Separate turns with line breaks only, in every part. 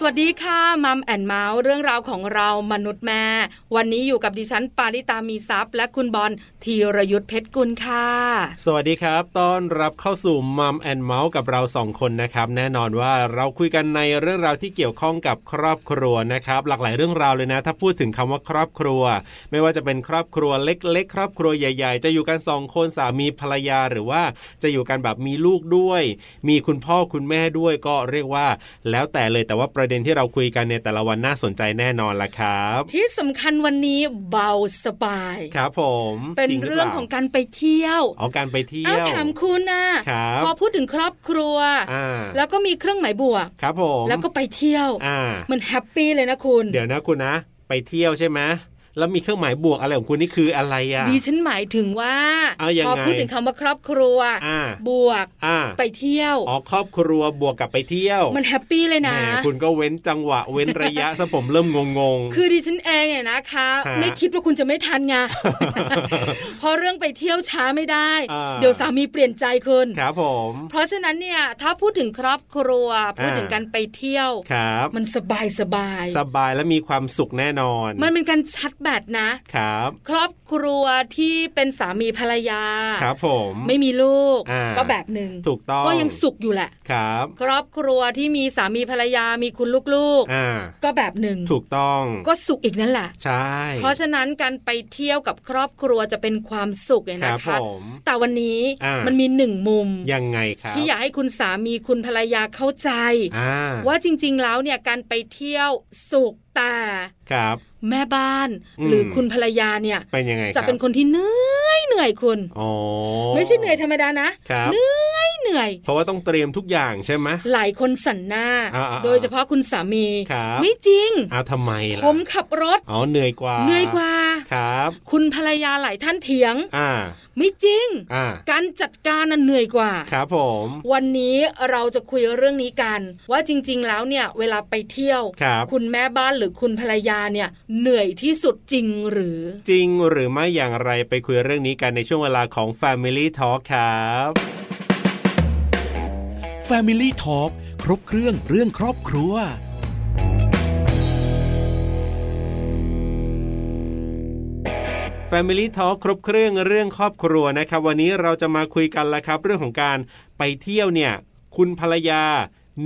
สวัสดีค่ะมัมแอนเมาส์เรื่องราวของเรามนุษย์แม่ วันนี้อยู่กับดิฉันปาริตามีซัพ์และคุณบอลธีรยุทธเพชรกุลค่ะ
สวัสดีครับ ต้อนรับเข้าสู่มัมแอนเมาส์กับเราสองคนนะครับ แน่นอนว่าเราคุยกันในเรื่องราวที่เกี่ยวข้องกับครอบครัวนะครับ หลากหลายเรื่องราวเลยนะ ถ้าพูดถึงคำว่าครอบครัว ไม่ว่าจะเป็นครอบครัวเล็กๆ ครอบครัวใหญ่ๆ จะอยู่กันสองคนสามีภรรยาหรือว่าจะอยู่กันแบบมีลูกด้วย มีคุณพ่อคุณแม่ด้วยก็เรียกว่า แล้วแต่เลยแต่ว่าประเด็นที่เราคุยกันในแต่ละวันน่าสนใจแน่นอนละครับ
ที่สำคัญวันนี้เบาสบาย
ครับผม
เป็น
จหปล่า
เรื่องของการไปเที่ยว
อ๋อการไปเที่
อ้า
ยว ว
ถามคุณนะครับ พอพูดถึงครอบครัว
อ่า
แล้วก็มีเครื่องหมายบวก
ครับผม
แล้วก็ไปเที่ยว
อ่า
มันแฮปปี้เลยนะคุณ
เดี๋ยวนะคุณนะ ไปเที่ยวใช่ไหมแล้วมีเครื่องหมายบวกอะไรของคุณนี่คืออะไรอ่ะ
ดิฉันหมายถึงว่า
เอายังไง
พอพูดถึงคำว่าครอบครัว
อ่า
บวก
อ่า
ไปเที่ยว
อ๋อครอบครัวบวกกับไปเที่ยว
มันแฮปปี้เลย
แหม
นะ
คุณก็เว้นจังหวะ เว้นระยะซะผมเริ่มงง
คือดิฉันเองเนี่ยนะคะ
ฮะ
ไม่คิดว่าคุณจะไม่ทั นไง เพราะเรื่องไปเที่ยวช้าไม่ได้
อ่า
เดี๋ยวสามีเปลี่ยนใจคุณ
ๆ ครับผม
เพราะฉะนั้นเนี่ยถ้าพูดถึงครอบครัว พูดถึงการไปเที่ยว
ครับ
มันสบายสบาย
สบายและมีความสุขแน่นอน
มันเป็นการชัดแบตนะ
ครับ
ครอบครัวที่เป็นสามีภรรยา
ครับผม
ไม่มีลูก
อ่า
ก็แบบหนึ่ง
ถูกต้อง
ก็ยังสุขอยู่แหละ
ครับ
ครอบครัวที่มีสามีภรรยามีคุณลูก
อ่า
ๆ ก็แบบหนึ่ง
ถูกต้อง
ก็สุขอีกนั่นแหละ
ใช่
เพราะฉะนั้นการไปเที่ยวกับครอบครัวจะเป็นความสุขเลย
ค
นะ
รับผ
คะ
ม
แต่วันนี้
อ่ามั
มันมีหนึ่งมุม
ยังไงครับ
ที่อยากให้คุณสามีคุณภรรยาเข้าใจ
อ่า
ว่าจริงๆแล้วเนี่ยการไปเที่ยวสุขแต่
ครับ
แม่บ้าน
อืม
หรือคุณภรรยาเนี่ย
เป็นยังไง
จะเป็น
ค
ครับ นที่เหนื่อยเหนื่อยคุณ
อ๋อ
ไม่ใช่เหนื่อยธรรมดานะครับ เหนื่อยเหนื่อย
เพราะว่าต้องเตรียมทุกอย่างใช่ไหม
หลายคนสันหน้า
อ่าๆๆ
โดยเฉพาะคุณสามี
ครับ
ไม่จริง
อ้าวทำไมล่ะ
ผมขับรถ
อ๋อเหนื่อยกว่า
เหนื่อยกว่า
ครับ
คุณภรรยาหลายท่านเถียง
อ่า
ไม่จริง
อ่า
การจัดการน่ะเหนื่อยกว่า
ครับผม
วันนี้เราจะคุยเรื่องนี้กัน ว่าจริง ๆ แล้วเนี่ย เวลาไปเที่ยว
ครับ
ณแม่บ้านหรือคุณภรรยาเนี่ย เหนื่อยที่สุดจริงหรือ
จริงหรือไม่อย่างไรไปคุยเรื่องนี้กันในช่วงเวลาของ Family Talk ครับ
Family Talk ครบเครื่องเรื่องครอบครัว
Family Talk ครบเครื่องเรื่องครอบครัวนะครับ วันนี้เราจะมาคุยกันละครับ เรื่องของการไปเที่ยวเนี่ย คุณภรรยา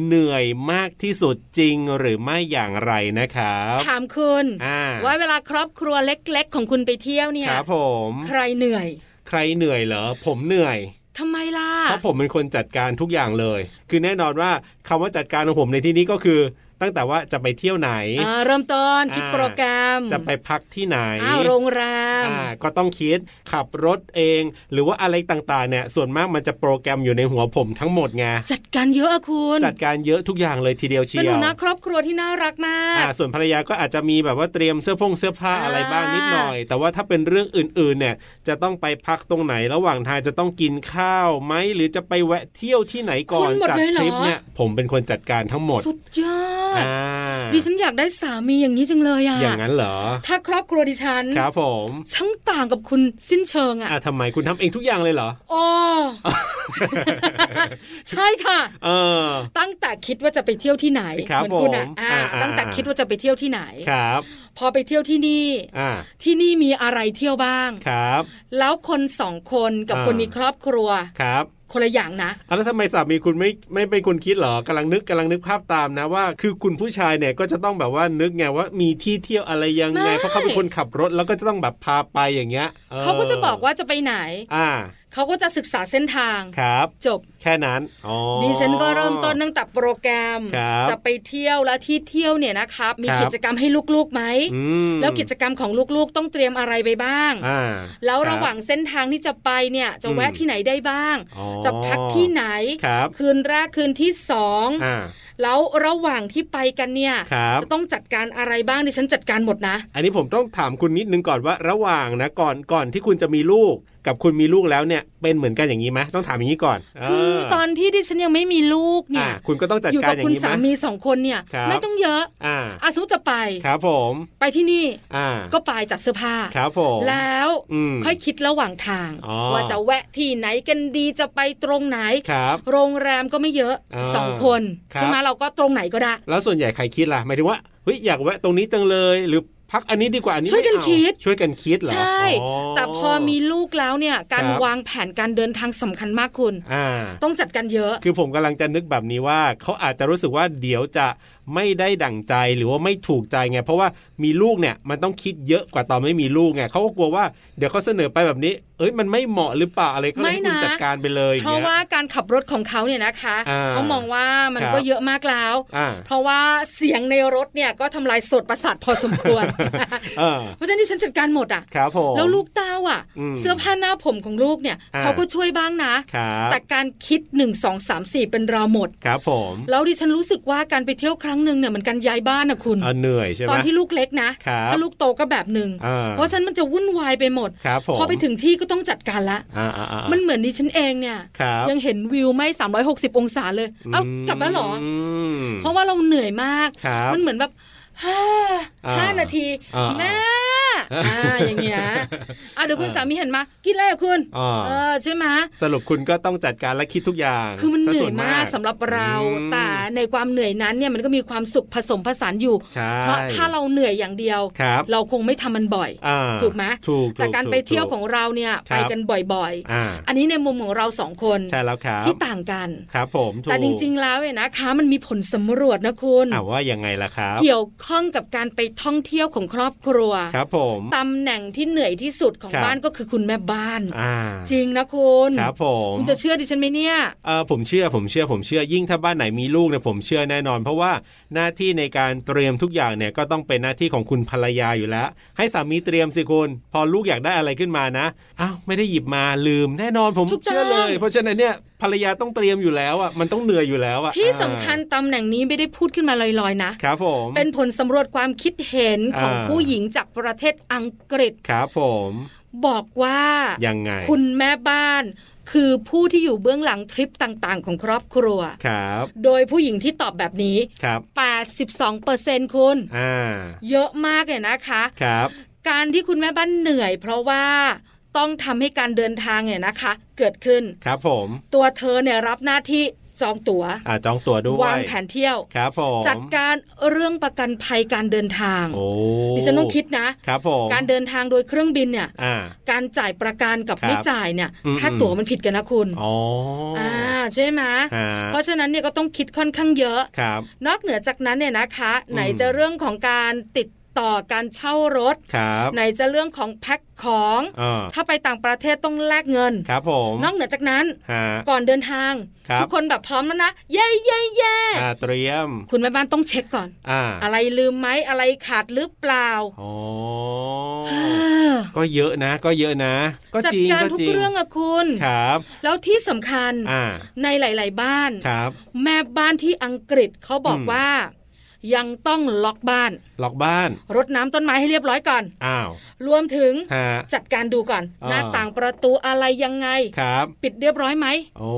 เหนื่อยมากที่สุดจริงหรือไม่อย่างไรนะครับ
ถามคุณ
อ่า
ว่าเวลาครอบครัวเล็ก ๆ ของคุณไปเที่ยวเนี่ย
ครับผม
ใครเหนื่อย
ใครเหนื่อยเหรอ ผมเหนื่อย
ทำไมล่ะ
เพราะผมเป็นคนจัดการทุกอย่างเลย คือแน่นอนว่าคำว่าจัดการของผมในที่นี้ก็คือ ตั้งแต่ว่าจะไปเที่ยวไหน
อ่าเริ่มต้นคิด
อ่า
โปรแกรม
จะไปพักที่ไหน
อ้าวโรงแรม
อ่าก็ต้องคิดขับรถเอง หรือว่าอะไรต่างๆเนี่ยส่วนมากมันจะโปรแกรมอยู่ในหัวผมทั้งหมดไง
จัดการเยอะอะคุณ
จัดการเยอะทุกอย่างเลยทีเดียวเชี
เป็น
ยว
หัวหน้าครอบครัวที่น่ารักมา
อ่าก ส่วนภรรยาก็อาจจะมีแบบว่าเตรียมเสื้อผงเสื้อผ้า
อ่า
อะไรบ้างนิดหน่อย แต่ว่าถ้าเป็นเรื่องอื่นๆเนี่ยจะต้องไปพักตรงไหนระหว่างทางจะต้องกินข้าวไหมหรือจะไปแวะเที่ยวที่ไหนก่อน
คุณหมด
จาก
เลยเหร
ท
อ
ริปเนี่ยผมเป็นคนจัดการทั้งหมด
สุดยอด
อ่า
ดิฉันอยากได้สามีอย่างนี้จังเลยอะ
อย่างนั้นเหรอ
ถ้าครอบครัวดิฉัน
ครับผม
ช่างต่างกับคุณสิ้นเชิงอะ
อ่ะทำไมคุณทำเองทุกอย่างเลยเห รอ
โอ้ ใช่ค่ะ
เออ
ตั้งแต่คิดว่าจะไปเที่ยวที่ไหน
ครับ
เหมืนคุณอะ
ผม
อ่า
อ่าอ่า
ตั้งแต่คิดว่าจะไปเที่ยวที่ไหน
ครับ
พอไปเที่ยวที่นี่
อ่า
ที่นี่มีอะไรเที่ยวบ้าง
ครับ
แล้วคนสองคนกับ
อ่า
คนมีครอบครัว
ครับ
คนละอย่างนะ
อ่ะแล้วทำไมสามีคุณไม่ไม่เป็นคนคิดเหรอกำลังนึกกำลังนึกภาพตามนะว่า คือคุณผู้ชายเนี่ยก็จะต้องแบบว่านึกไงว่ามีที่เที่ยวอะไรยังไง
ไม่
เพราะเขาเป็นคนขับรถแล้วก็จะต้องแบบพาไปอย่างเงี้ยอ
เขาก็จะบอกว่าจะไปไหน
อ่า
เขาก็จะศึกษาเส้นทาง
ครับ
จบ
แค่นั้น อ๋อ
ดิฉันก็เริ่มต้นตั้งแต่โปรแกรม
ครับ
จะไปเที่ยวและที่เที่ยวเนี่ยนะครับ มี
ครับ
กิจกรรมให้ลูกๆไหม
อืม
แล้วกิจกรรมของลูกๆ ต้องเตรียมอะไรไปบ้าง
อ่า
แล้วระห
คบ
ว่างเส้นทางที่จะไปเนี่ย จะ
อืม
แวะที่ไหนได้บ้าง
อ๋อ
จะพักที่ไหน
ครับ
คืนแรกคืนที่สอง
อ่า
แล้วระหว่างที่ไปกันเนี่ย
ครับ
จะต้องจัดการอะไรบ้างดิฉันจัดการหมดนะ
อันนี้ผมต้องถามคุณนิดนึงก่อนว่าระหว่างนะก่อนก่อนที่คุณจะมีลูก กับคุณมีลูกแล้วเนี่ยเป็นเหมือนกันอย่างนี้ไหมต้องถามอย่างนี้ก่อน
คือตอนที่ดิฉันยังไม่มีลูกเนี่ย
อ่ะคุณก็ต้องจัด
อยู่
กา
กั
ร
บ
อย่า
คุณ
งนี้ไห
สาม มีสองคนเนี่ย
ครับ
ไม่ต้องเยอะ
อ่า
อาสมมุติจะไป
ครับผม
ไปที่นี่
อ่า
ก็ไปจัดเสื้อผ้า
ครับผม
แล้ว
อืม
ค่อยคิดระหว่างทาง
อ๋อ
ว่าจะแวะที่ไหนกันดีจะไปตรงไหน
ครับ
โรงแรมก็ไม่เยอะ
อ่า
สองคน
ครับ
ใช่ไหมเราก็ตรงไหนก็ได้
แล้วส่วนใหญ่ใครคิดล่ะหมายถึงว่าเฮ้ยอยากแวะตรงนี้จังเลย หรือพักอันนี้ดีกว่าอันนี้
ช่วยกัน
ไม่เอา
คิด
ช่วยกันคิดเหรอ
ใช่
อ๋อ
แต่พอมีลูกแล้วเนี่ยการ
ครับ
วางแผนการเดินทางสำคัญมากคุณ
อ่า
ต้องจัดการเยอะ
คือผมกำลังจะนึกแบบนี้ว่าเขาอาจจะรู้สึกว่าเดี๋ยวจะไม่ได้ดั่งใจหรือว่าไม่ถูกใจไง เพราะว่ามีลูกเนี่ยมันต้องคิดเยอะกว่าตอนไม่มีลูกไงเขาก็กลัวว่าเดี๋ยวเขาเสนอไปแบบนี้ เอ้ยมันไม่เหมาะหรือเปล่าอะไรก็เลยให้คุณ
ไม่นะ
จัดการไปเลยอย่
เพ
ง
ราะ
งี้ย
ว่าการขับรถของเขาเนี่ยนะคะ
อ่า
เขามองว่ามัน
ครับ
ก็เยอะมากแล้ว
อ่า
เพราะว่าเสียงในรถเนี่ยก็ทำลายโสดประสาทพอสมคว ร
เออ
เพราะฉะนั้นที่ฉันจัดการหมดอ่ะ
ครับผม
แล้วลูกเต้าอ่ะ
อืม
เสื้อผ้าหน้าผมของลูกเนี่ย
อ่า
เขาก็ช่วยบ้างนะ
ครับ
แต่การคิด 1 2 3 4 เป็นเราหมด
ครับผม
แล้วดิฉันรู้สึกว่าการไปเที่ยวครั้งหนึ่งเนี่ยเหมือนการย้ายบ้านนะคุณ
เออเหนื่อยใช่ไหม
ตอนที่ลูกเล็กนะครับ ถ้าลูกโตก็แบบหนึ่ง
อ่
เพราะฉะนั้นมันจะวุ่นวายไปหมด
ครับผม
พอไปถึงที่ก็ต้องจัดการละ
อ่าอ่าอ่า
มันเหมือนดิฉันเองเนี่ย
ครับ
ยังเห็นวิวไม่ 360 องศาเลย เอ้ากลับแล้วเหรอ
ม
เพราะว่าเราเหนื่อยมาก
ครับ
มันเหมือนแบบห้า
อ่า
ห้านาที
อ่า
แม่
อ่า
อ่าอย่างเงี้ยอ่ะเดี๋ยวคุณ
อ่า
สามีเห็นมา กินอะไรอ่ะคุณ
อ่า
เออใช่ไหม
สรุปคุณก็ต้องจัดการและคิดทุกอย่าง
คือมันเห
ซะ
นื่
ส่
อ
วย
มากสำหรับเรา
อืม
แต่ในความเหนื่อยนั้นเนี่ยมันก็มีความสุขผสมผสานอยู่
ใช่
เพราะถ้าเราเหนื่อยอย่างเดียว
ครับ
เราคงไม่ทำมันบ่อย
อ่า
ถูกไหม
ถูก
แต่
ถู
การ
ถู
ไปเที่ยว
ถูก
ของเราเนี่ย
ค
ไป
รับ
กันบ่อย
อ่า
ๆ อันนี้ในมุมของเราสองคน
ใช่แล้วครับ
ที่ต่างกัน
ครับผมถูก
แต่จริง ๆ แล้วเนี่ยนะคะมันมีผลสำรวจนะคุณ
อ่าว่ายังไงล่ะครับ
เกี่ยวข้องกับการไปท่องเที่ยวของครอบครัว
ครับผม
ตำแหน่งที่เหนื่อยที่สุดของ
ครับ
บ้านก็คือคุณแม่บ้าน
อ่า
จริงนะคุณ
ครับผม
คุณจะเชื่อดิฉันไหมเนี่ย
เออผมเชื่อผมเชื่อผมเชื่อยิ่งถ้าบ้านไหนมีลูกเนี่ยผมเชื่อแน่นอน เพราะว่าหน้าที่ในการเตรียมทุกอย่างเนี่ยก็ต้องเป็นหน้าที่ของคุณภรรยาอยู่แล้ว ให้สามีเตรียมสิคุณพอลูกอยากได้อะไรขึ้นมานะอ้าวไม่ได้หยิบมาลืมแน่นอนผม
ถูกต้อง
เชื่อเลย เพราะฉะนั้นเนี่ยภรรยาต้องเตรียมอยู่แล้วอ่ะมันต้องเหนื่อยอยู่แล้วอ่ะ
ที่
อ่า
สำคัญตำแหน่งนี้ไม่ได้พูดขึ้นมาลอยๆนะ
ครับผม
เป็นผลสำรวจความคิดเห็นของ
อ่า
ผู้หญิงจากประเทศอังกฤษ
ครับผม
บอกว่า
ยังไง
คุณแม่บ้าน คือผู้ที่อยู่เบื้องหลังทริปต่างๆ ของครอบครัว
ครับ
โดยผู้หญิงที่ตอบแบบนี้
ครับ
82%คุณ
อ่า
เยอะมากเลยนะคะ
ครับ
การที่คุณแม่บ้านเหนื่อย เพราะว่าต้องทำให้การเดินทางเนี่ยนะคะ เกิดขึ้น
ครับผม
ตัวเธอเนี่ยรับหน้าที่จองตัว๋ว
อ่าจองตั๋วด้วย
วางแผนเที่ยว
ครับผม
จัดการเรื่องประกันภัยการเดินทาง
โอ้
ดิฉันต้องคิดนะ
ครับผม
การเดินทางโดยเครื่องบินเนี่ย
อ่า
การจ่ายประกันกับ
ครับ
ไม่จ่ายเนี่ย
อืม
ค่า
อืม
ตั๋วมันผิดกันนะคุณ
อ๋ออ่า
อ่าใช่ไหม
ฮะ
เพราะฉะนั้นเนี่ยก็ต้องคิดค่อนข้างเยอะ
ครับ
นอกเหนือจากนั้นเนี่ยนะคะ
อืม
ไหนจะเรื่องของการติดต่อการเช่ารถ
ครับ
ไหนจะเรื่องของแพ็คของ
อ่า
ถ้าไปต่างประเทศต้องแลกเงิน
ครับผม
นอกเหนือจากนั้น
ฮะ
ก่อนเดินทาง
ครับ
ทุกคนแบบพร้อมแล้วนะ เย้เย้เย้
อ่าเตรียม
คุณแม่บ้านต้องเช็คก่อน
อ่า
อะไรลืมไหมอะไรขาดหรือเปล่า
อ๋อ
เออ
ก็เยอะนะ ก็เยอะนะ ก็
จัด
จริง
การ
ก็
ทุก
จริง
เรื่องอะคุณ
ครับ
แล้วที่สำคัญ
อ่า
ในหลาย ๆ บ้าน
ครับ
แม่บ้านที่อังกฤษเขาบอก
อืม
ว่า ยังต้องล็อกบ้าน
ล็อกบ้าน
รดน้ำต้นไม้ให้เรียบร้อยก่อน
อ้าว
รวมถึง
ฮะ
จัดการดูก่อน
อ่า
หน้าต่างประตูอะไรยังไง
ครับ
ปิดเรียบร้อยไหม
โอ้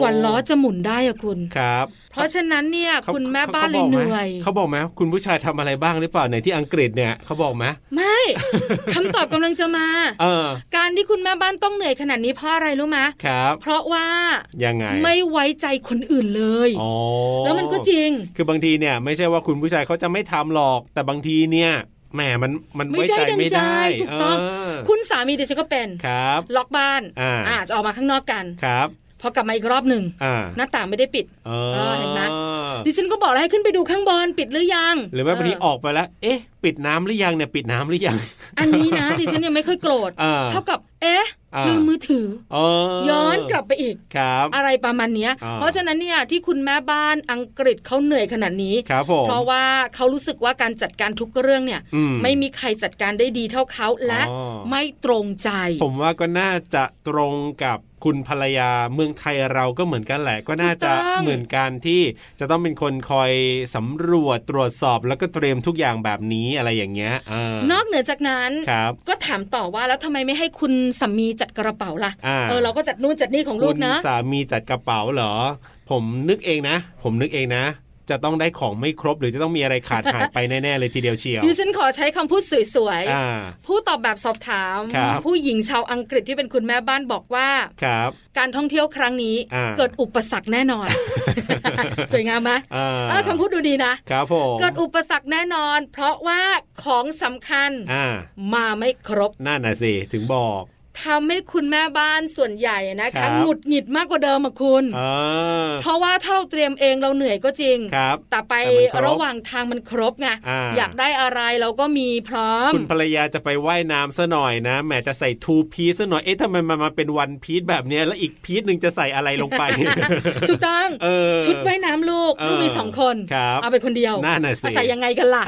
กว่าล้อจะหมุนได้อะคุณ
ครับ
เพราะฉะนั้นเนี่ย
เข
คุณแม่บ้าน
ข
เลย
ก
เห
ไม
นื่อย
เขาบอกไหมคุณผู้ชายทำอะไรบ้างหรือเปล่าในที่อังกฤษเนี่ยเขาบอกไหม
ไม่ คำตอบกำลังจะมา
เออ
การที่คุณแม่บ้านต้องเหนื่อยขนาดนี้เพราะอะไรรู้ไหม
ครับ
เพราะว่า
ยังไง
ไม่ไว้ใจคนอื่นเลย
อ๋อ
แล้วมันก็จริง
คือบางทีเนี่ย ไม่ใช่ว่าคุณผู้ชายเขาจะไม่ทำหรอก แต่บางทีเนี่ยแหมมันมัน
ไม่
ไว้
ได้
ใจ
ดัง
ไม่
ใจ
ได้
ถูกต้อง
เอ
คุณสามีดิฉันก็เป็น
ครับ
ล็อกบ้าน
อ่า
จะออกมาข้างนอกกัน
ครับ
พอกลับมาอีกรอบหนึ่ง
อ่า
หน้าต่างไม่ได้ปิด
เอ
เออเห็นไหม
ม
ดิฉันก็บอกแล้วให้ขึ้นไปดูข้างบนปิดหรือยัง
หรือแม้บางที
เ
ออกไปแล้ว เอ๊ะ ปิดน้ำหรือยังเนี่ยปิดน้ำหรือยัง
อันนี้นะ ดิฉันยังไม่ค่อยโกรธ
อ่า
เท่ากับ เอ๊ะ
อ่า
ลืมมือถือ
เออ
ย้อนกลับไปอีก
ครับ
อะไรประมาณเนี้ย
อ่า
เพราะฉะนั้นเนี่ยที่คุณแม่บ้านอังกฤษเขาเหนื่อยขนาดนี้
ครับผม
เพราะว่าเขารู้สึกว่าการจัดการทุกเรื่องเนี่ย
อื
ไม่มีใครจัดการได้ดีเท่าเขาและ
อ๋อ
ไม่ตรงใจ
ผมว่าก็น่าจะตรงกับ คุณภรรยาเมืองไทยเราก็เหมือนกันแหละ ก็น่าจะ
ถูกต้อง
เหมือนกันที่จะต้องเป็นคนคอยสำรวจตรวจสอบแล้วก็เตรียมทุกอย่างแบบนี้อะไรอย่างเงี้ยเออน
อกเหนือจากนั้น
ครับ
ก็ถามต่อว่าแล้วทำไมไม่ให้คุณสามีจัดกระเป๋าล่ะ
อ่า
เออเราก็จัดนู่นจัดนี่ของลูกนะ
คุณสามีจัดกระเป๋าเหรอ ผมนึกเองนะ ผมนึกเองนะ จะต้องได้ของไม่ครบ หรือจะต้องมีอะไรขาดหายไปแน่ ๆ เลยทีเดียวเชียว
ดิฉันขอใช้คำพูดสวย
อ่า
ๆ ผู้ตอบแบบสอบถาม
ครับ
ผู้หญิงชาวอังกฤษที่เป็นคุณแม่บ้านบอกว่า
ครับ
การท่องเที่ยวครั้งนี้
อ่า
เกิดอุปสรรคแน่ นอน สวยงามไหม
อ่า
เออคำพูดดูดีนะ
ครับผม
เกิดอุปสรรคแน่นอน เพราะว่าของสำคัญ
อ่า
มาไม่ครบ
นั่นน่ะสิถึงบอก
ทำให้คุณแม่บ้านส่วนใหญ่นะ
ครั
คะ
บ
หงุดหงิดมากกว่าเดิมอะคุณ
เออ
เพราะว่าถ้าเราเตรียมเองเราเหนื่อยก็จริง
ครับ
แต่ไป
แต่มันครบ
ระหว่างทางมันครบไง
อ่า
อยากได้อะไรเราก็มีพร้อม
คุณภรรยาจะไปว่ายน้ำซะหน่อยนะแหมจะใส่ทูพีซซะหน่อยเอ๊ะทำไมมันมาเป็นวันพีซแบบเนี้ยแล้วอีกพีซหนึ่งจะใส่อะไรลงไป
ถูกต้อง
เออ
ชุดว่ายน้ำลูก
เออ
ลูกมีสองคน
ครับ
เอาไปคนเดียว
นั่นน่ะสิ
เอาใส่ยังไงกันล่ะ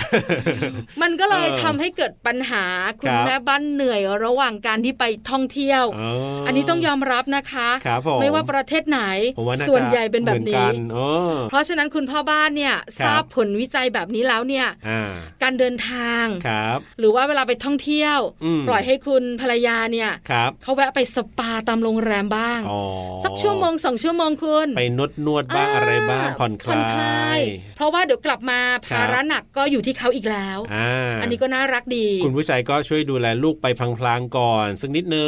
มันก็เลย
เออ
ทำให้เกิดปัญหาคุ
ค
ณ
รับ
แม่บ้านเหนื่อยระหว่างการที่ไปท่องเที่ยว
เ
อันนี้ต้องยอมรับนะคะ
ครับผม
ไม่ว่าประเทศไหน
ผมว่าาจะ
ส่วนใหญ่เป็นแบบ
หมือ
นี้
กัเออ
เพราะฉะนั้นคุณพ่อบ้านเนี่ย
ค
ท
รับ
ราบผลวิจัยแบบนี้แล้วเนี่ย
อ่า
การเดินทาง
ครับ
หรือว่าเวลาไปท่องเที่ยว
อืม
ปล่อยให้คุณภรรยาเนี่ย
ครับ
เขาแวะไปสปาตามโรงแรมบ้าง
อ๋อ
สักชั่วโมงสองชั่วโมงคุณ
ไปนวดนวดๆบ้างอะไรบ้างผ่อนคลาย
เพราะว่าเดี๋ยวกลับมาภา
ครั
ระ
บ
หนักก็อยู่ที่เขาอีกแล้ว
อ่า
อันนี้ก็น่ารักดี
คุณผู้ชายก็ช่วยดูแลลูกไปพลางๆก่อนสักนิดนึง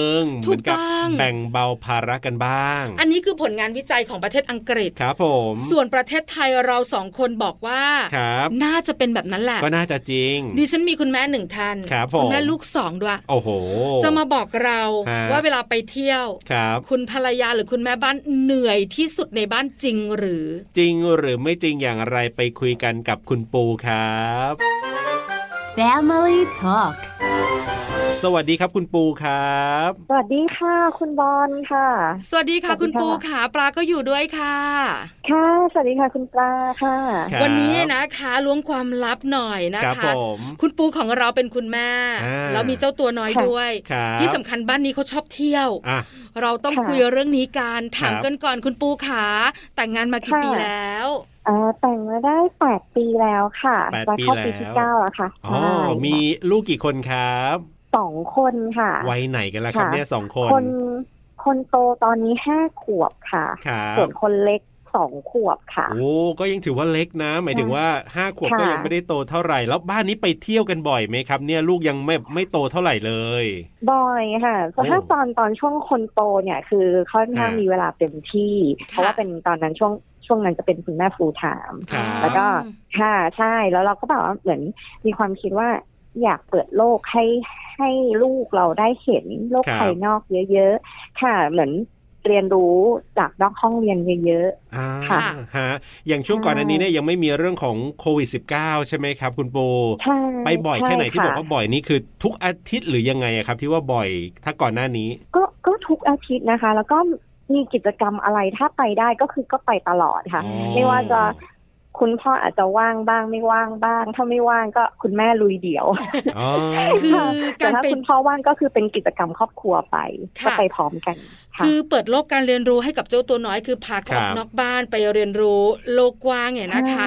ถูก
เหมืนกั
ต้อง
แบ่งเบาภาระกันบ้าง
อันนี้คือผลงานวิจัยของประเทศอังกฤษ
ครับผม
ส่วนประเทศไทยเราสองคนบอกว่า
ครับ
น่าจะเป็นแบบนั้นแหละ
ก็น่าจะจริง
ดิฉันมีคุณแม่หนึ่งท่าน
ครับผม
ณแม่ลูกสองด้วย
โอ้โห
จะมาบอกเรา
ฮะ
ว่าเวลาไปเที่ยว
ครับ
คุณภรรยาหรือคุณแม่บ้านเหนื่อยที่สุดในบ้านจริงหรือ
จริงหรือไม่จริงอย่างไรไปคุยกันกับคุณปูครับ
Family Talk
สวัสดีครับคุณปูครับ
สวัสดีค่ะ คุณบอลค่ะ
สวัสดีค่ะ
สวัสดี
คุณ
ค่ะ
ปูขาปลาก็อยู่ด้วยค่ะ
ค่ะ สวัสดีค่ะ คุณปลาค่ะ
ครับ
วันนี้นะคะล้วงความลับหน่อยนะครับคะ
ผม
คุณปูของเราเป็นคุณแม่
อ่า
แล้วมีเจ้าตัวน้อย
ค่ะ
ด้วย
ครับ
ที่สำคัญบ้านนี้เขาชอบเที่ยว
อ่ะ
เราต้อง
ค่ะ
คุยเรื่องนี้กันถามกันก่อนคุณปูขาแต่งงานมากี่
ค่ะ
ปีแล้ว
เอ่อแต่งมาได้แปดปีแล้วค่ะ
แปด
จะเข้า
ปี
ปี
แล้ว
ที่เก้าแล้วค่ะ
อ๋อ
ใช่
มีลูกกี่คนครับ
สองคนค่ะ
วัยไหนกันล่ะครับ
ค่ะ
เนี่ยสองคน
คนคนโตตอนนี้ห้าขวบค่ะ
ครับ
ส่วนคนเล็กสองขวบค่ะ
โอ้ก็ยังถือว่าเล็กนะ หมายถึงว่าห้าขวบ
ค่ะ
ก็ยังไม่ได้โตเท่าไหร่ แล้วบ้านนี้ไปเที่ยวกันบ่อยไหมครับ เนี่ยลูกยังไม่ไม่โตเท่าไหร่เลย
บอยค่ะ
โอ้
ถ้าตอนตอนช่วงคนโตเนี่ย คือค่อนข้าง
อ่ามี
มีเวลาเต็มที่ เพราะว่าเป็นตอนนั้นช่วงช่วงนั้นจะเป็นคุณแม่ฟูลไทม์
ครับ
แล้วก็ค่ะใช่แล้วเราก็แบบว่าเหมือนมีความคิดว่า อยากเปิดโลกให้ให้ลูกเราได้เห็นโลก
ครับ
ภายนอกเยอะ ๆ ค่ะ เหมือนเรียนรู้จากนอกห้องเรียนเยอะ
อ่า
ค่ะ
ฮะอย่างช่วง
ใช่
ก่อนอันนี้เนี่ยยังไม่มีเรื่องของโควิด -19 ใช่ไหมครับ คุณปู
ๆใช่
ไปบ่อยแค่ไหนที่บ
ใช่ะ
อกว่าบ่อยนี่คือทุกอาทิตย์หรือยังไงอะครับ ที่ว่าบ่อยถ้าก่อนหน้านี้
ก็ก็ทุกอาทิตย์นะคะ แล้วก็มีกิจกรรมอะไรถ้าไปได้ก็คือก็ไปตลอดค่ะ
อ๋อ
ไม่ว่าจะคุณพ่ออาจจะว่างบ้างไม่ว่างบ้าง ถ้าไม่ว่างก็คุณแม่ลุยเดี่ยว
อ๋อ
คือ
แต่
การ
ถ้า
ไป
คุณพ่อว่างก็คือเป็นกิจกรรมครอบครัวไป
ค่ะ
ก็ไปพร้อมกันค่ะ
คือเปิดโลกการเรียนรู้ให้กับเจ้าตัวน้อยคือพาเขา
ค
อ
รั
บ อกนอกบ้านไปเรียนรู้โลกกว้างเนี่ยนะคะ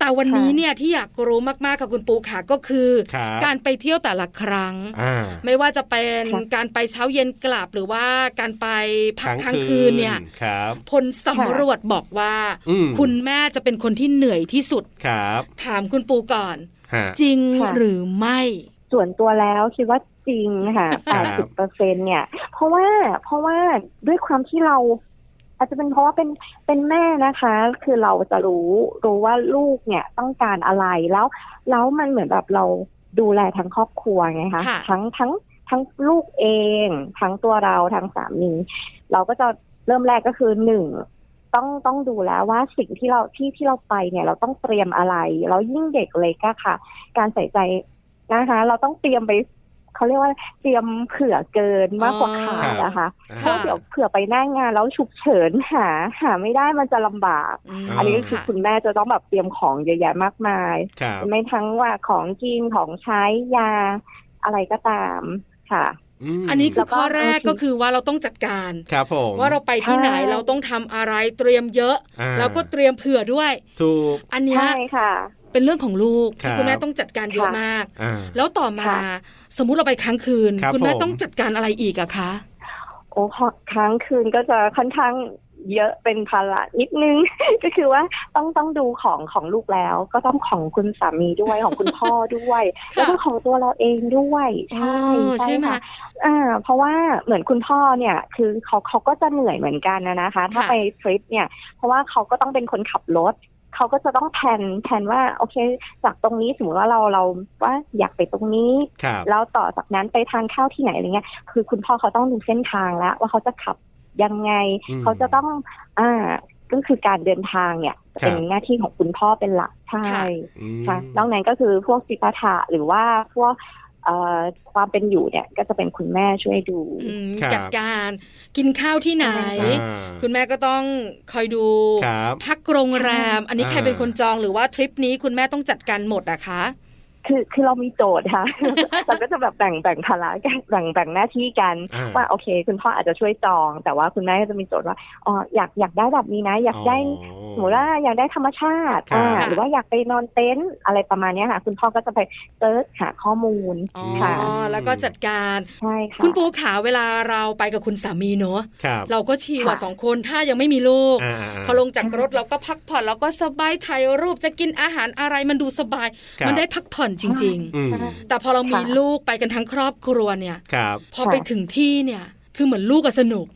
แต่วันนี้เนี่ยที่อยากรู้มากๆค่ะคุณปูขาก็คือ
ครับ
การไปเที่ยวแต่ละครั้ง
อ่า
ไม่ว่าจะเป็น
ครับ
การไปเช้าเย็นกลับหรือว่าการไปพักค้างคืนเนี่ย
ครับ
ผลสำรวจบอกว่า
อืม
คุณแม่จะเป็นคนที่เหนื่อยที่สุด
ครับ
ถามคุณปูก่อน
ฮะ
จริง
ค่ะ
หรือไม่
ส่วนตัวแล้วคิดว่าจริงค่ะ
ครั
80
บ
เปอร์เซ็นเนี่ย เพราะว่าเพราะว่าด้วยความที่เรา อาจจะเป็นเพราะว่าเป็นเป็นแม่นะคะ คือเราจะรู้รู้ว่าลูกเนี่ยต้องการอะไรแล้ว แล้วมันเหมือนแบบเราดูแลทั้งครอบครัวไงคะ
ค่ะ
ทั้งทั้งทั้งลูกเอง ทั้งตัวเราทั้งสามี เราก็จะเริ่มแรกก็คือหนึ่งต้องต้องดูแล้วว่าสิ่งที่เราที่ที่เราไปเนี่ย เราต้องเตรียมอะไรแล้วยิ่งเด็กเล็กอะค่ะ การใส่ใจนะคะ เราต้องเตรียมไปเขาเรียกว่าเตรียมเผื่อเกินมากกว่า
อ๋อ
ขาดนะคะ
อ่า
เพราะเดี๋ยวเผื่อไปหน้างงานแล้วฉุกเฉินหา หาไม่ได้มันจะลำบาก
ม
อ่า
อันนี้ก็คือคุณแม่จะต้องแบบเตรียมของเยอะแยะมากมาย
ครับ
ไม่ทั้งว่าของกินของใช้ยาอะไรก็ตามค่ะ
ม
อันนี้คือ
แล้วก็
ข้อแรก
บางที
ก็คือว่าเราต้องจัดการ
ครับผม
ว่าเราไปที่ไหน
ใช่
เราต้องทำอะไรเตรียมเยอะ
อ่า
แล้วก็เตรียมเผื่อด้วย
ถูก
อันเนี้ย
ใช่ค่ะ
เป็นเรื่องของลูก
ครั
ที่
บ
คุณแม่ต้องจัดการเยอะ
ค่ะ
มาก
อ่า
แล้วต่อมา
ค่ะ
สมมุติเราไปค้างคืน
ครับ
ณแม่
ผม
ต้องจัดการอะไรอีกอะคะ
โอ้พอค้างคืนก็จะค่อนข้างเยอะเป็นภาระนิดนึง ก็คือว่าต้องต้องดูของของลูกแล้ว ก็ต้องของคุณสามีด้วยของคุณพ่อด้วยแล้วก็ของตัวเราเองด้วย
อ๋อ
ใช่
ใช่ไหม
ค่ะ อ่าเพราะว่าเหมือนคุณพ่อเนี่ยคือเขาเขาก็จะเหนื่อยเหมือนกันนะนะคะ ถ้า
ค่ะ
ไปทริปเนี่ยเพราะว่าเขาก็ต้องเป็นคนขับรถเขาก็จะต้องแผนแผนว่าโอเค จากตรงนี้สมมติว่าเราเราว่าอยากไปตรงนี้
ครับ
แล้วต่อจากนั้นไปทานข้าวที่ไหนอะไรเงี้ยคือคุณพ่อเขาต้องดูเส้นทางแล้ว ว่าเขาจะขับยังไง
อืม
เขาจะต้องอ่าก็คือการเดินทางเนี่ยจะเป็น
ครับ
หน้าที่ของคุณพ่อเป็นหลักใช่
ค่ะ
อืม
ค่ะนอกนั้นก็คือพวกสิปาถะหรือว่าพวกเอ่อความเป็นอยู่เนี่ยก็จะเป็นคุณแม่ช่วยดู
อืม
ครับ
จัดการกินข้าวที่ไหน
อ่า
คุณแม่ก็ต้องคอยดู
ครับ
พักโรงแรม อันนี้
อ่า
ใครเป็นคนจองหรือว่าทริปนี้คุณแม่ต้องจัดการหมดอะคะ
คือคือเรามีโจทย์ค่ะ เราก็จะแบบแบ่งแบ่งภาระกันแบ่งแบ่งหน้าที่กัน
อ่า
ว่าโอเค คุณพ่ออาจจะช่วยจอง แต่ว่าคุณแม่ก็จะมีโจทย์ว่าอ๋ออยากอยากได้แบบนี้นะ อยากได้
อ๋อ
สมมติว่าอยากได้ธรรมชาติอ่า
ค่ะ
หรือว่าอยากไปนอนเต็นท์อะไรประมาณเนี้ยค่ะ คุณพ่อก็จะไปเซิร์ชหาข้อมูล
อ๋อ
ค่ะ
แล้วก็จัดการ
ใช่ค่ะ
คุณปูขาเวลาเราไปกับคุณสามีเนอะ
ครับ
เราก็ชิวอะ
ค่ะ
สองคนถ้ายังไม่มีลูก
อ่าอ่าอ่า
พอลงจากรถเราก็พักผ่อนเราก็สบายถ่ายรูปจะกินอาหารอะไรมันดูสบาย
ครับ
มันได้พักผ่อนจริง
อืม
ๆ แต่พอเรามี
ค่ะ
ลูกไปกันทั้งครอบครัวเนี่ย
ครับ
พอไปถึงที่เนี่ยคือเหมือนลูกอะสนุก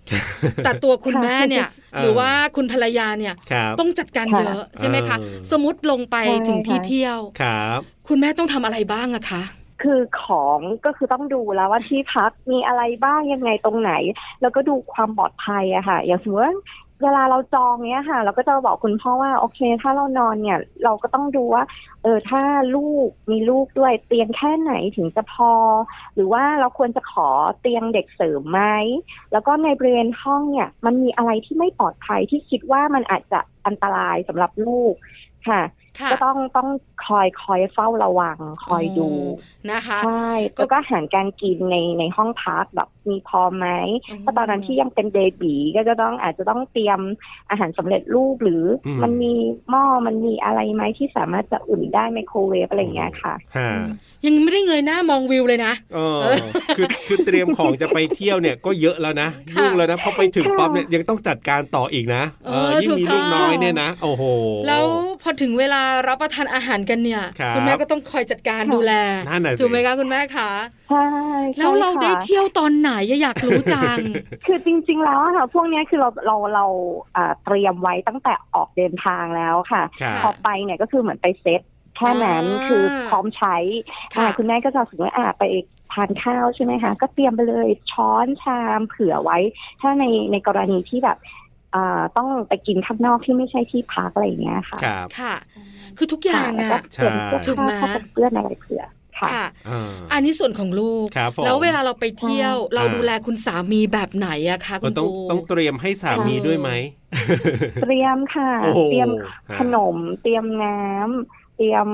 แต่ตัวคุณแม่เนี่ย
เออ
หรือว่าคุณภรรยาเนี่ย
ครับ
ต้องจัดการเยอะใช่ไหมคะ
เออ
สมมติลงไป
ใช่
ถึงที่
ค่ะ
เที่ยว
ครับ
คุณแม่ต้องทำอะไรบ้างอะคะ
คือของก็คือต้องดูแล้วว่าที่พักมีอะไรบ้างยังไงตรงไหน แล้วก็ดูความปลอดภัยอะค่ะ อย่างสมมติว่าเวลาเราจองเนี้ยค่ะ เราก็จะบอกคุณพ่อว่าโอเค ถ้าเรานอนเนี่ย เราก็ต้องดูว่า เออถ้าลูกมีลูกด้วยเตียงแค่ไหนถึงจะพอ หรือว่าเราควรจะขอเตียงเด็กเสริมไหมแล้วก็ในบริเวณห้องเนี่ย มันมีอะไรที่ไม่ปลอดภัยที่คิดว่ามันอาจจะอันตรายสำหรับลูกค่ะ
ค่ะ
ก็ต้องต้องคอยคอยเฝ้าระวังคอยดู
นะคะ
ใช่
ก็
แล้วก็อาหารการกินในในห้องพักแบบมีพอไหมถ้าตอนนั้นที่ยังเป็นเบบีก็จะต้องอาจจะต้องเตรียมอาหารสำเร็จรูปหรืออมันมีหม้อมันมีอะไรไหมที่สามารถจะอุ่นได้ไมโครเวฟอะไรอย่างเงี้ยค่ะ
ฮะ
ยังไม่ได้เงยหน้ามองวิวเลยนะ
เออ
เออ
คือคือเตรียมของจะไปเที่ยวเนี่ยก็เยอะแล้วนะ
ค่ะ
ยุ่งแล้วนะพอไปถึง
ค่ะ
ปั๊บเนี่ยยังต้องจัดการต่ออีกนะ
เออ
ยิ่งมี
ถู
ลู
ก
ก
ต้อง
น้อยเนี่ยนะโอ้โห
แล้วพอถึงเวลารับประทานอาหารกันเนี่ย
ครับ
ณแม่ก็ต้องคอยจัดการ
ค่ะ
ดูแล
นั่นน่ะสิ
ถูกไหมคะคุณแม่คะ
ใช่ใช่
แล้วเราได้
ค่ะ
เที่ยวตอนไหนอยากรู้จั ง
คือจริงๆ แล้วอะค่ะ พวกเนี้ยคือเราเราเราอ่าเตรียมไว้ตั้งแต่ออกเดินทางแล้วค่ะ
ครับ
พอไปเนี่ยก็คือเหมือนไปเซ็ตแค่นั้น
อ่า
คือพร้อมใช้
ค่ะ
อ่าคุณแม่ก็จะสมมติว่าอ่าไปทานข้าวใช่ไหมคะ ก็เตรียมไปเลยช้อนชามเผื่อไว้ ถ้าในในกรณีที่แบบอ่าต้องไปกินข้างนอกที่ไม่ใช่ที่พักอะไรอย่างเงี้ยค่ะ
ครับ
ค่ะ คือทุกอย่าง
แล้วก็
อะ
เตรียมเสื้อ
ถูกไหม
ผ้าผ้ากันเปื้อนอะไรเผื่อค่ะ
ค่ะ
อ่า
อันนี้ส่วนของลูก
ครับผม
แล้วเวลาเราไปเที่ยว
ค่ะ
เราดูแลคุณสามีแบบไหนอะคะ
ก็
คุณ
ต้อง
ปู
ต้องเตรียมให้สามีด้วยไหม
เตรียมค่ะ
โอ้โห
เตรียม
ฮะ
ขนม เตรียมน้ำเตรียม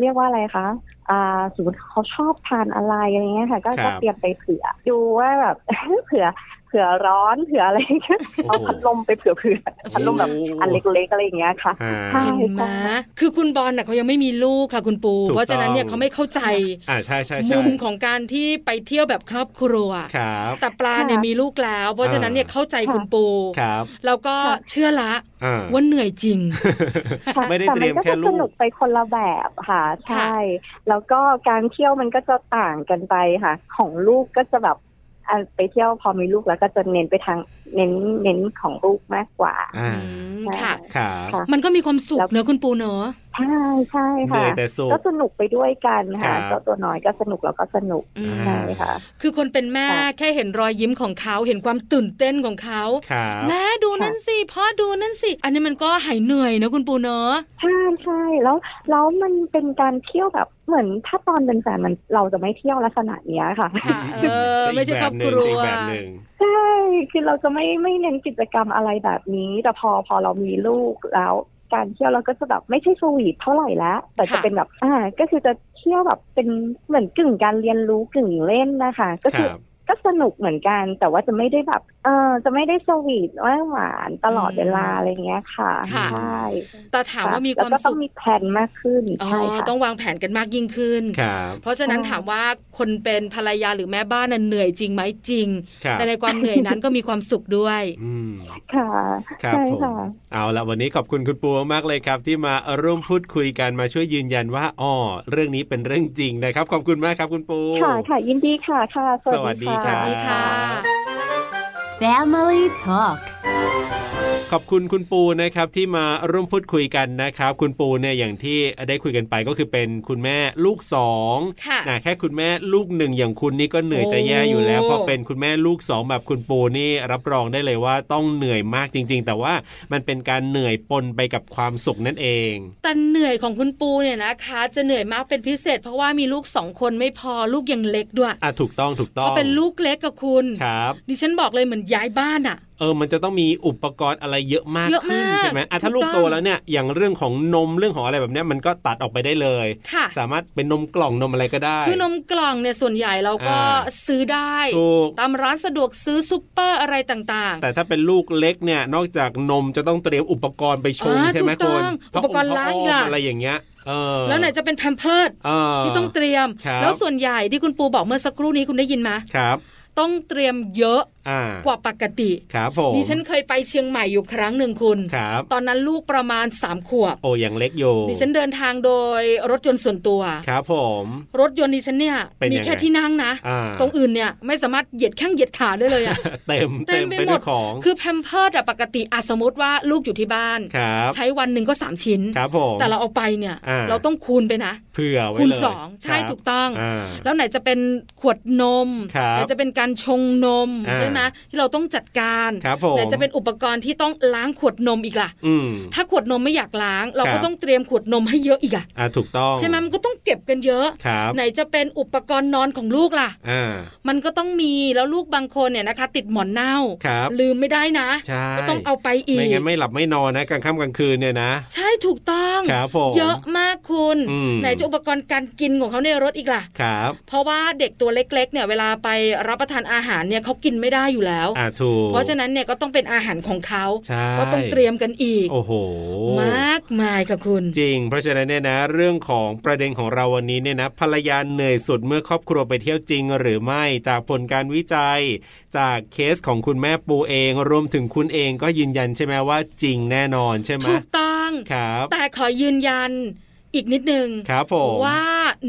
เรียกว่าอะไรคะอ่าสมมติเขาชอบทานอะไรอะไรเงี้ยค่ะ ก็
ครับ
ก็เตรียมไปเผื่อ ดูว่าแบบ เผื่อ เผื่อร้อนเผื่ออะไรเงี้ยเอาพัดลมไปเผื่อเผื่อ
โอ้โห
พัดลมแบบอันเล็กๆอะไรอย่างเงี้ยค่ะ
อ่า
ค่ะ
เห็นไหมคือคุณบอลน่ะเขายังไม่มีลูกค่ะคุณปู
ถูกต้อง
เพราะฉะนั้นเนี่ยเขาไม่เข้าใจ
อ่าใช่ใช่ใช่
มุมของการที่ไปเที่ยวแบบครอบครัว
ครับ
แต่ปลาเนี่ย
ค่ะ
มีลูกแล้ว เพราะฉะนั้นเนี่ย
อ่า
เข้าใจ
ค่ะ
คุณปู
ครับ
แล้วก็
ค่ะ
เชื่อละ
อ่า
ว่าเหนื่อยจริง
ค่ะ
ไม่ได้เตรียมแค่ลูก
ต่นก็จะสนุกไปคนละแบบค่ะ ใช่ แล้วก็การเที่ยวมันก็จะต่างกันไปค่ะ ของลูกก็จะแบบอันไปเที่ยวพอมีลูกแล้วก็จะเน้นไปทางเน้นเน้นของลูกมากกว่า
อ่า
อืมค่ะ
ครับ
ค่ะ
มันก็มีความสุข
แล้ว
เนอะคุณปูเนอะ
ใช่ใช่
เห
ค่ะ
นื่อยแต่สุข
ก็สนุกไปด้วยกัน
ครั
ค่ะ
บ
เจ้าตัวน้อยก็สนุกแล้วก็สนุก
อืม
อ่า
ใช่ค่ะ
คือคนเป็นแม่
ค่ะ
แค่เห็นรอยยิ้มของเขาเห็นความตื่นเต้นของเขา
ครับ
แม่ดูนั่นสิพ่อดูนั่นสิ อันนี้มันก็หายเหนื่อยนะคุณปูเนอะ
ใช่ใช่แล้วแล้วมันเป็นการเที่ยวแบบเหมือนถ้าตอนเป็นแฟนมันเราจะไม่เที่ยวลักษณะเนี้ยค่ะ
ค่ะเออ
จะก
ไม่ใช่ครอบครั
จะ
ว
กแบบหนึ่ง
ใช่คือเราจะไม่ไม่เน้นกิจกรรมอะไรแบบนี้ แต่พอพอเรามีลูกแล้ว การเที่ยวเราก็จะแบบไม่ใช่สวีทเท่าไหร่แล้ว แต่จะ
ค่ะ
เป็นแบบอ่าก็คือจะเที่ยวแบบเป็นเหมือนกึ่งการเรียนรู้กึ่งเล่นนะคะ ก็คือ
ครับ
ก็สนุกเหมือนกัน แต่ว่าจะไม่ได้แบบ เออจะไม่ได้สวีทว่าหวานตลอดเวลาอะไรเงี้ยค่ะ
ค่ะ
ใช่
แต่ถามว่ามีความ
แล้ก็ต้
สุ
อ
ข
งมีแผนมากขึ้น
อ๋อ
ใช่ค่ะ
ต้องวางแผนกันมากยิ่งขึ้น
ครับ
เพราะฉะนั้น
ใช่
ถามว่าคนเป็นภรรยาหรือแม่บ้านน่ะเหนื่อยจริงไหมจริง
ครับ
แต่ในความเหนื่อยนั้นก็มีความสุขด้วย
อืม
ค่ะ
ครับ
ใช่
ผม
ค่ะ
เอาละวันนี้ขอบคุณคุณปูมากเลยครับ ที่มาร่วมพูดคุยกันมาช่วยยืนยันว่าอ๋อเรื่องนี้เป็นเรื่องจริงนะครับ ขอบคุณมากครับคุณปู
ค่ะค่ะยินดีค่ะค่ะ
สวัสดี
ส
รั
วัส
บ
ดีค่ะ
Family Talk
ขอบคุณคุณปูนะครับที่มาร่วมพูดคุยกันนะครับ คุณปูเนี่ยอย่างที่ได้คุยกันไปก็คือเป็นคุณแม่ลูกสอง
ค่ะ
นะแค่คุณแม่ลูกหนึ่งอย่างคุณนี่ก็เหนื่อยจะแย่อยู่แล้ว
โอ้
พอเป็นคุณแม่ลูกสองแบบคุณปูนี่รับรองได้เลยว่าต้องเหนื่อยมากจริง ๆ แต่ว่ามันเป็นการเหนื่อยปนไปกับความสุขนั่นเอง
แต่เหนื่อยของคุณปูเนี่ยนะคะ จะเหนื่อยมากเป็นพิเศษ เพราะว่ามีลูกสองคนไม่พอลูกยังเล็กด้วย
อ่ะถูกต้องถูกต้อ
เขา
ง
เป็นลูกเล็กกับคุณ
ครับ
ดิฉันบอกเลยเหมือนย้ายบ้านอ่ะ
เออมันจะต้องมีอุปกรณ์อะไรเยอะมาก
เยอะ
ขึ้น
มาก
ใช่ไหมอ่ะ
ถูก
ถ้าลูกโต
ต้อง
แล้วเนี่ยอย่างเรื่องของนมเรื่องของอะไรแบบเนี้ยมันก็ตัดออกไปได้เลย
ค่ะ
สามารถเป็นนมกล่องนมอะไรก็ได้
คือนมกล่องเนี่ยส่วนใหญ่เราก็
อ่า
ซื้อได้
ถูก
ตามร้านสะดวกซื้อซุปเปอร์อะไรต่าง
แต่ถ้าเป็นลูกเล็กเนี่ยนอกจากนมจะต้องเตรียมอุปกรณ์ไปชง
อ่า
ใช่ไหม
ถูกต้
คุ
อ
ณ
ง
พะ
อุปกรณ์
งค์พะ
ล้างอีก
อ้อม
ล่ะ
อะไรอย่างเงี้ยเออ
ๆ แล้วไหนจะเป็นแพมเพิร์ด
เออ
ที่ต้องเตรียม
ครับ
แล้วส่วนใหญ่ที่คุณปูบอกเมื่อสักครู่นี้คุณได้ยินไหม
ครับ
ต้องเตรียมเยอะ
อ่าก
ว่าปกติ
ครับผม
ดิฉันเคยไปเชียงใหม่อยู่ครั้งหนึ่งคุณ
ครับ
ตอนนั้นลูกประมาณ3ขวบ
โอ้ยังเล็กอยู่
ดิฉันเดินทางโดยรถยนต์ส่วนตัว
ครับผม
รถยนต์ดิฉันเนี่ย
เป็น
มี
ยังไง
แค่ที่นั่งนะ
อ่า
ตรงอื่นเนี่ยไม่สามารถเหยียดแข้งเหยียดขาได้เลยอะ
เต็ม
เต็
เต็
ม
ม
ไป
ไป
หมด
ด้วยของ
คือแพมเพิร์ดอะปกติอะสมมติว่าลูกอยู่ที่บ้าน
ครับ
ใช้วันหนึ่งก็สามชิ้น
ครับผม
แต่เราเอาไปเนี่ย
อ่า
เราต้องคูณไปนะ
เผื่อไว้
คูณ
เลย
สองใช่
ครับ
ถูกต้อง
อ่า
แล้วไหนจะเป็นขวดนม
ครับ
ไหนจะเป็นการชงนม
อ่า
ใช่ไหมที่เราต้องจัดการ
ครับผม
ไหนจะเป็นอุปกรณ์ที่ต้องล้างขวดนมอีกล่ะ
อืม
ถ้าขวดนมไม่อยากล้าง เรา
ครั
ก็
บ
ต้องเตรียมขวดนมให้เยอะอีกอะ
อ่าถูกต้อง
ใช่ไหมมันก็ต้องเก็บกันเยอะ
ครับ
ไหนจะเป็นอุปกรณ์นอนของลูกล่ะ
อ่า
มันก็ต้องมีแล้วลูกบางคนเนี่ยนะคะ ติดหมอนเน่า
ครับ
ลืมไม่ได้นะ
ใช่
ก็ต้องเอาไปอี
ไม่
ก
งั้นไม่หลับไม่นอนนะกลางค่ำกลางคืนเนี่ยนะ
ใช่ถูกต้อง
ครับผม
เยอะมากคุณ
อืม
ไหนจะอุปกรณ์การกินของเขาในรถอีกล่ะ
ครับ
เพราะว่าเด็กตัวเล็กๆ เนี่ยเวลาไปรับประทานอาหารเนี่ยเขากินไม่ได้อยู่แล้ว
อ่าถูก
เพราะฉะนั้นเนี่ยก็ต้องเป็นอาหารของเขา
ใช่
ก็ต้องเตรียมกันอีก
โอ้โห
มากมายค่ะคุณ
จริง เพราะฉะนั้นเนี่ยนะ เรื่องของประเด็นของเราวันนี้เนี่ยนะภรรยาเหนื่อยสุดเมื่อครอบครัวไปเที่ยวจริงหรือไม่จากผลการวิจัย จากเคสของคุณแม่ปูเอง รวมถึงคุณเองก็ยืนยันใช่ไหมว่าจริงแน่นอนใช่ไหม
ถูกต้อง
ครับ
แต่ขอยืนยันอีกนิดนึง
ครับผม
ว่า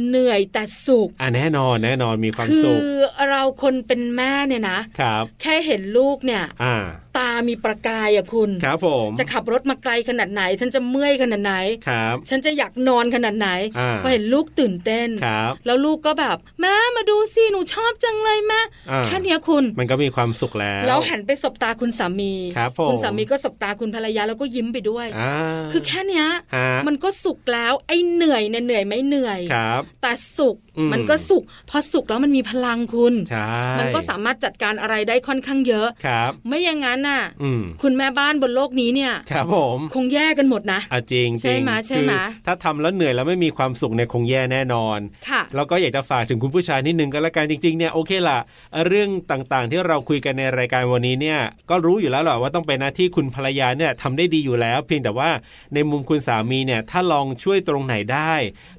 เหนื่อยแต่สุข
อ่าแน่นอนแน่นอนมีความ
คื
สุข
อเราคนเป็นแม่เนี่ยนะ
ครับ
แค่เห็นลูกเนี่ย
อ่า
ตามีประกายอะคุณ
ครับผม
จะขับรถมาไกลขนาดไหนฉันจะเมื่อยขนาดไหน
ครับ
ฉันจะอยากนอนขนาดไหน
อ่า
พอเห็นลูกตื่นเต้น
ครับ
แล้วลูกก็แบบแม่มาดูสิหนูชอบจังเลยแม่
อ่า
แค่เนี้ยคุณ
มันก็มีความสุขแล้ว
แล้วหันไปสบตาคุณสามี
ครับผม
ณสามีก็สบตาคุณภรรยาแล้วก็ยิ้มไปด้วย
อ่า
คือแค่เนี้ย
ฮะ
มันก็สุขแล้วไอ้เหนื่อยเนี่ยเหนื่อยไหม่เหนื่อย
ครับ
แต่สุข
อืม
มันก็สุขพอสุขแล้วมันมีพลังคุณ
ใช่
มันก็สามารถจัดการอะไรได้ค่อนข้างเยอะ
ครับ
ไม่อย่างนั้นน่ะ
อืม
คุณแม่บ้านบนโลกนี้เนี่ย
ครับผม
คงแย่กันหมดนะ
อะจริง
ใช่ไหม
จริง
ใช่ไหม
คือถ้าทำแล้วเหนื่อยแล้วไม่มีความสุขเนี่ยคงแย่แน่นอน
ค่ะ
แล้วก็อยากจะฝากถึงคุณผู้ชายนิดนึงก็แล้วกันจริงๆเนี่ยโอเคละเรื่องต่างๆที่เราคุยกันในรายการวันนี้เนี่ยก็รู้อยู่แล้วแหละว่าต้องเป็นหน้าที่คุณภรรยาเนี่ยทำได้ดีอยู่แล้ว เพียงแต่ว่าในมุมคุณสามีเนี่ยถ้าลองช่วยตรงไหนได้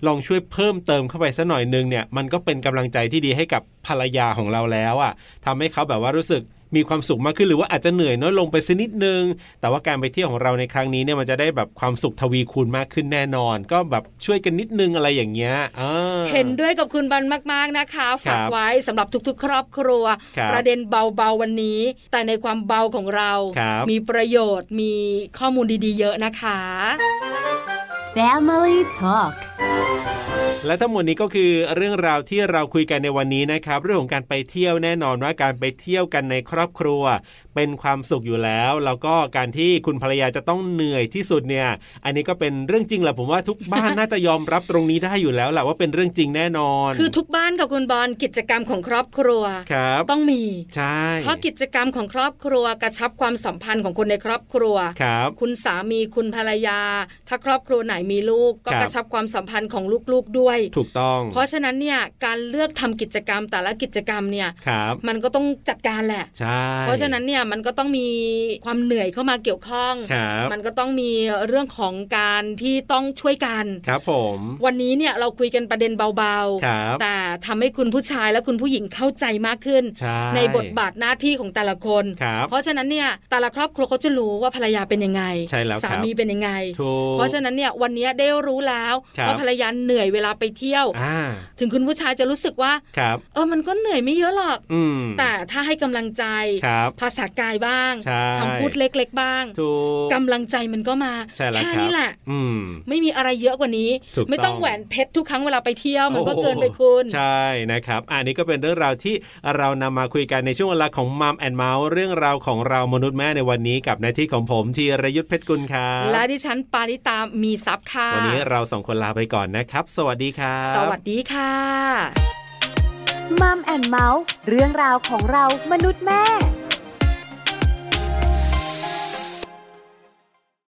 ลองช่วยเพิ่มเติมเข้าไปสักหน่อยนึงเนี่ยมันก็เป็นกำลังใจที่ดีให้กับภรรยาของเราแล้วอะ่ะทำให้เขาแบบว่ารู้สึกมีความสุขมากขึ้นหรือว่าอาจจะเหนื่อยน้อยลงไปสักนิดนึง แต่ว่าการไปเที่ยวของเราในครั้งนี้เนี่ยมันจะได้แบบความสุขทวีคูณมากขึ้นแน่นอน ก็แบบช่วยกันนิดนึงอะไรอย่างเงี้ยอ่า
เห็นด้วยกับคุณบันมากๆนะคะ ฝาก
ครับ
ไว้สำหรับทุกๆ ครอบครัว
ครับ
ประเด็นเบาๆวันนี้ แต่ในความเบาของเรา
ครับ
มีประโยชน์มีข้อมูลดีๆ เยอะนะคะ
Family Talk
และทั้งหมดนี้ก็คือเรื่องราวที่เราคุยกันในวันนี้นะครับ เรื่องของการไปเที่ยวแน่นอนว่าการไปเที่ยวกันในครอบครัว เป็นความสุขอยู่แล้ว แล้วก็การที่คุณภรรยาจะต้องเหนื่อยที่สุดเนี่ย อันนี้ก็เป็นเรื่องจริงแหละผมว่าทุกบ้าน น่าจะยอมรับตรงนี้ได้อยู่แล้วแหละว่าเป็นเรื่องจริงแน่นอน
คือทุกบ้านกับคุณบอลกิจกรรมของครอบครัว
ครับ
ต้องมี
ใช่
เพราะกิจกรรมของครอบครัวกระชับความสัมพันธ์ของคนในครอบครัว
ครับ
คุณสามีคุณภรรยา ถ้าครอบครัวไหนมีลูก ก็
ครับ
กระชับความสัมพันธ์ของลูกๆด้วย
ถูกต้อง
เพราะฉะนั้นเนี่ยการเลือกทำกิจกรรมแต่ละกิจกรรมเนี่ย
ครับ
มันก็ต้องจัดการแหละ
ใช่
เพราะฉะนั้นเนี่ยมันก็ต้องมีความเหนื่อยเข้ามาเกี่ยวข้อง
ครับ
มันก็ต้องมีเรื่องของการที่ต้องช่วยกัน
ครับผม
วันนี้เนี่ยเราคุยกันประเด็นเบา
ครับ
ๆ แต่ทำให้คุณผู้ชายและคุณผู้หญิงเข้าใจมากขึ้น
ใช่
ในบทบาทหน้าที่ของแต่ละคน
ครับ
เพราะฉะนั้นเนี่ยแต่ละครอบครัวเขาจะรู้ว่าภรรยาเป็นยังไง
ใช่แล้วครับ
สามีเป็นยังไง
ถูก
เพราะฉะนั้นเนี่ยวันนี้ได้รู้แล้ว
ครับ
ว่าภรรยาเหนื่อยเวลาไปเที่ยว
อ่า
ถึงคุณผู้ชายจะรู้สึกว่า
ครับ
เออมันก็เหนื่อยไม่เยอะหรอก
อืม
แต่ถ้าให้กำลังใจ
ครับ
ภาษากายบ้าง
ใช่
คำพูดเล็กๆบ้าง
ถูก
กำลังใจมันก็มา
ใช่แล้วครับ
แค่นี้แหละ
อืม
ไม่มีอะไรเยอะกว่านี้
ถูก
ไม่ต้อ
ต้
ง
อง
แหวนเพชรทุกครั้งเวลาไปเที่ยวมันก็
โอ้โห
เกินไปคุณ
ใช่นะครับ อันนี้ก็เป็นเรื่องราวที่เรานำมาคุยกันในช่วงเวลาของมัมแอนเมาส์เรื่องราวของเรามนุษย์แม่ในวันนี้กับหน้าที่ของผมธีรยุทธเพชรกุลครับ
และดิฉันปาริตามีซับค่ะ
วันนี้เราสองคนลาไปก่อนนะครับ สวัสดีครับ
สวัสดีค่ะ
มัมแอนเมาส์เรื่องราวของเรามนุษย์แม่